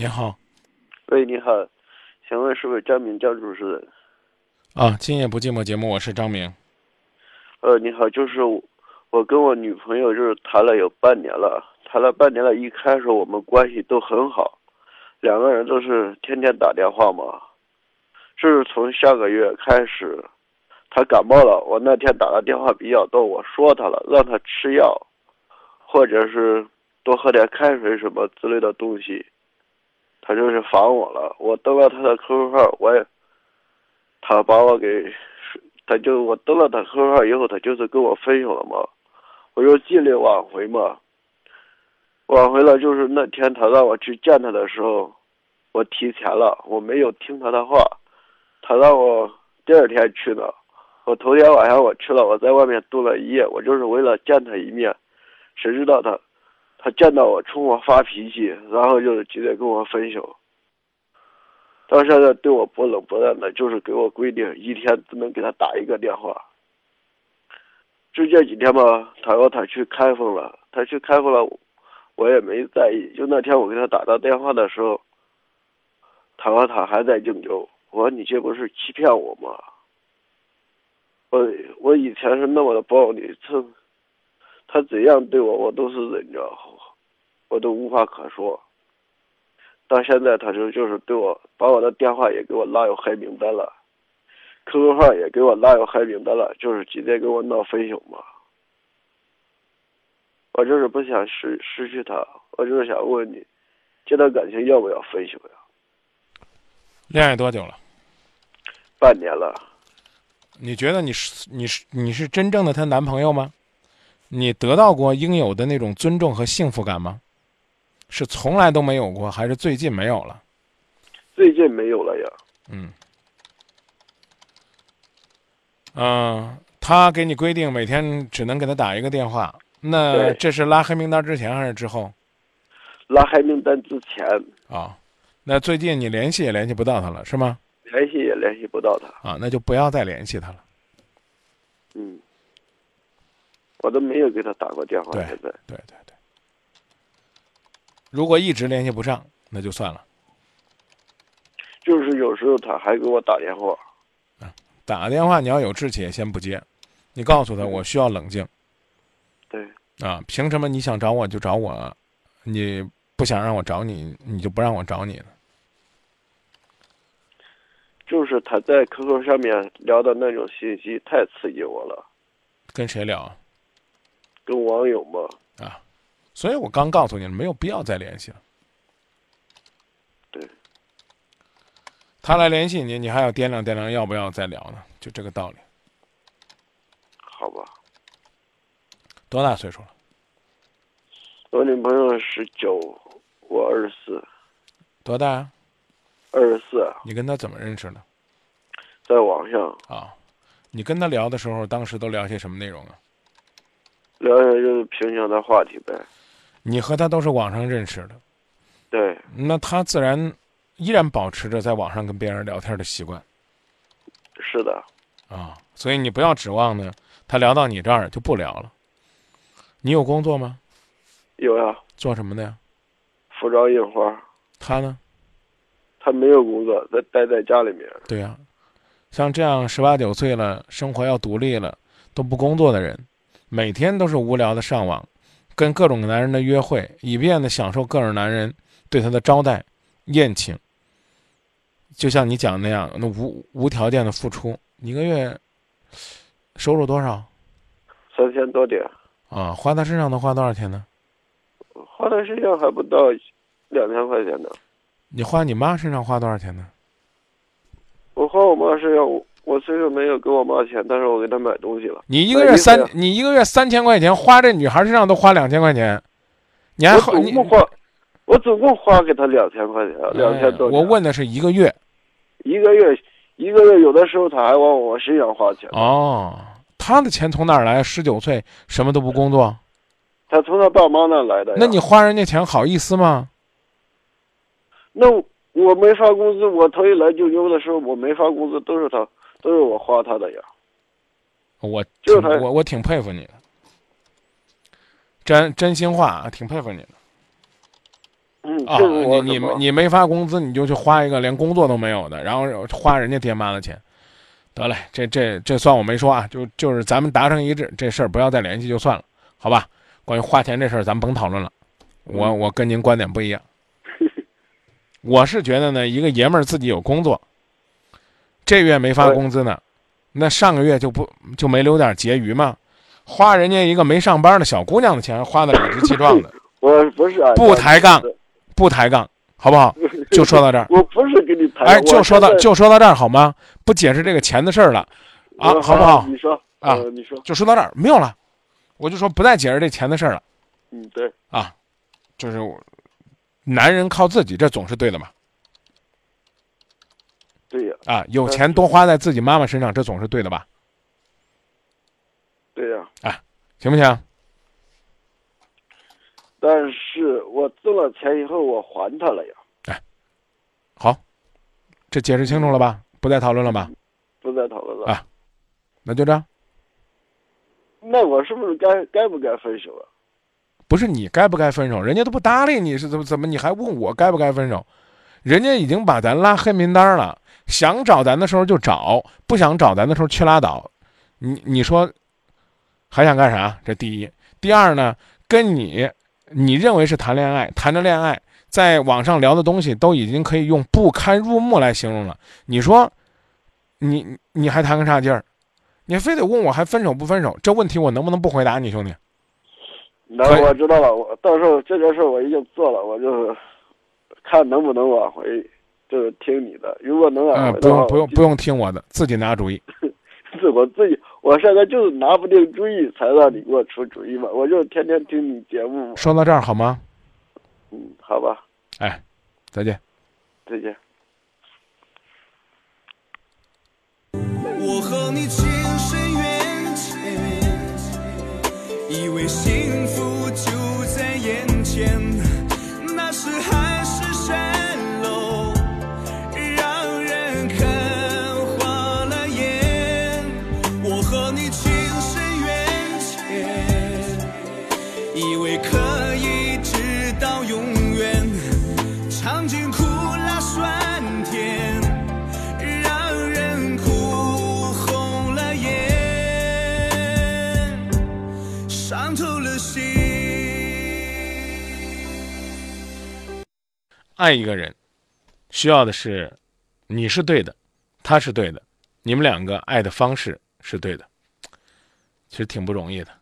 你好，喂，你好，请问是不是张敏张主持人？啊，今夜不寂寞节目，我是张明。呃，你好，就是我我跟我女朋友就是谈了有半年了，谈了半年了，一开始我们关系都很好，两个人都是天天打电话嘛。是从下个月开始，她感冒了，我那天打的电话比较多，我说她了，让她吃药，或者是多喝点开水什么之类的东西，她就是烦我了。我登了她的 QQ 号，我也，她把我给。他就我登了他 QQ 号以后，他就是跟我分享了嘛，我就尽力挽回嘛。挽回了就是那天他让我去见他的时候，我提前了，我没有听他的话，他让我第二天去的。我头天晚上我去了，我在外面度了一夜，我就是为了见他一面。谁知道他，他见到我冲我发脾气，然后就是急着跟我分手。到现在对我不冷不热的，就是给我规定一天只能给他打一个电话。就这几天吧，他说他去开封了，他去开封了，我也没在意。就那天我给他打到电话的时候，他说他还在郑州，我说你这不是欺骗我吗？我我以前是那么的暴力，他他怎样对我，我都是忍着，我都无话可说。到现在，他就就是对我把我的电话也给我拉有黑名单了，QQ 号也给我拉有黑名单了，就是急着跟我闹分手嘛。我就是不想失失去他，我就是想问你，这段感情要不要分手呀？恋爱多久了？半年了，你觉得你是你是你是真正的她男朋友吗？你得到过应有的那种尊重和幸福感吗？是从来都没有过，还是最近没有了？最近没有了呀。嗯，嗯、他给你规定每天只能给他打一个电话，那对这是拉黑名单之前还是之后拉黑名单之前，啊、那最近你联系也联系不到他了，是吗？联系也联系不到他。啊，那就不要再联系他了。嗯，我都没有给他打过电话，对现在对对对，如果一直联系不上，那就算了，就是有时候他还给我打电话。打电话你要有志气也先不接，你告诉他我需要冷静。对，啊，凭什么你想找我就找我，啊你不想让我找你，你就不让我找你呢？就是他在 QQ 上面聊的那种信息太刺激我了，跟谁聊啊？跟网友嘛，啊所以我刚告诉你了，没有必要再联系了。对，他来联系你，你还要掂量掂量要不要再聊呢，就这个道理。好吧。多大岁数了？我女朋友十九，我二十四，多大啊？二十四，啊你跟他怎么认识的？在网上啊，你跟他聊的时候，当时都聊些什么内容啊？聊聊就是平常的话题呗。你和他都是网上认识的，对那他自然依然保持着在网上跟别人聊天的习惯。是的，啊，所以你不要指望呢，他聊到你这儿就不聊了。你有工作吗？有呀，做什么的呀？服装印花。他呢？他没有工作，在待在家里面。对呀、像这样十八九岁了，生活要独立了，都不工作的人，每天都是无聊的上网，跟各种男人的约会，以便呢享受各种男人对他的招待、宴请。就像你讲那样，那无无条件的付出，你一个月收入多少三千多点，啊？花他身上能花多少钱呢？花的身上还不到两千块钱呢。你花你妈身上花多少钱呢？我花我妈身上，我我虽然没有给我妈钱，但是我给她买东西了。你一买个月衣服三呀，你一个月三千块钱花这女孩身上都花两千块钱，你还我好你总共花，我总共花给她两千块钱，两千多哎点。我问的是一个月一个月，一个月有的时候她还往我身上花钱。哦，她的钱从哪儿来？十九岁什么都不工作，她从她爸妈那来哎的呀。那你花人家钱好意思吗？那我我没发工资，我头一来就州的时候我没发工资，都是她，都是我花她的呀。我就挺是她我我挺佩服啊你的，真真心话，挺佩服你的。嗯，啊这个，我你怎你么你没发工资，你就去花一个连工作都没有的，然后花人家爹妈的钱，得嘞，这这这算我没说啊，就就是咱们达成一致，这事儿不要再联系就算了，好吧？关于花钱这事儿，咱甭讨论了，嗯我我跟您观点不一样，我是觉得呢，一个爷们儿自己有工作，这月没发对工资呢，那上个月就不就没留点结余吗？花人家一个没上班的小姑娘的钱，花的理直气壮的，我不是啊，不抬杠，不抬杠，好不 好？就说到这儿。我不是跟你谈，哎，我就说到现在就说到这儿好吗？不解释这个钱的事儿了，啊我好不好你说啊呃你说，就说到这儿，没有了。我就说不再解释这钱的事儿了嗯，对，啊，就是我男人靠自己，这总是对的嘛对呀，啊，有钱多花在自己妈妈身上，这总是对的吧？对呀。行不行？但是我挣了钱以后，我还他了呀，好，这解释清楚了吧？不再讨论了吧？不再讨论了。啊那就这样。那我是不是该该不该分手啊？不是你该不该分手，人家都不搭理你，是怎么怎么？你还问我该不该分手？人家已经把咱拉黑名单了，想找咱的时候就找，不想找咱的时候去拉倒。你你说还想干啥？这第一，第二呢？跟你你认为是谈恋爱，谈着恋爱，在网上聊的东西都已经可以用不堪入目来形容了。你说你你你还谈个啥劲儿？你非得问我还分手不分手？这问题我能不能不回答你兄弟？那可以我知道了，我到时候这件事我已经做了，我就是看能不能挽回，就是听你的。如果能挽呃，回不的话，用不用不用听我的，自己拿主意。是我自己，我现在就是拿不定主意，才让你给我出主意嘛。我就天天听你节目嘛。说到这儿好吗？嗯，好吧，哎，再见。再见。我和你情深缘浅，以为幸福就在眼前，那时海市蜃楼，让人看花了眼。我和你情深缘浅，以为可以直到永远，尝尽苦辣酸甜。让人哭红了眼，伤透了心。爱一个人，需要的是你是对的，他是对的，你们两个爱的方式是对的，其实挺不容易的。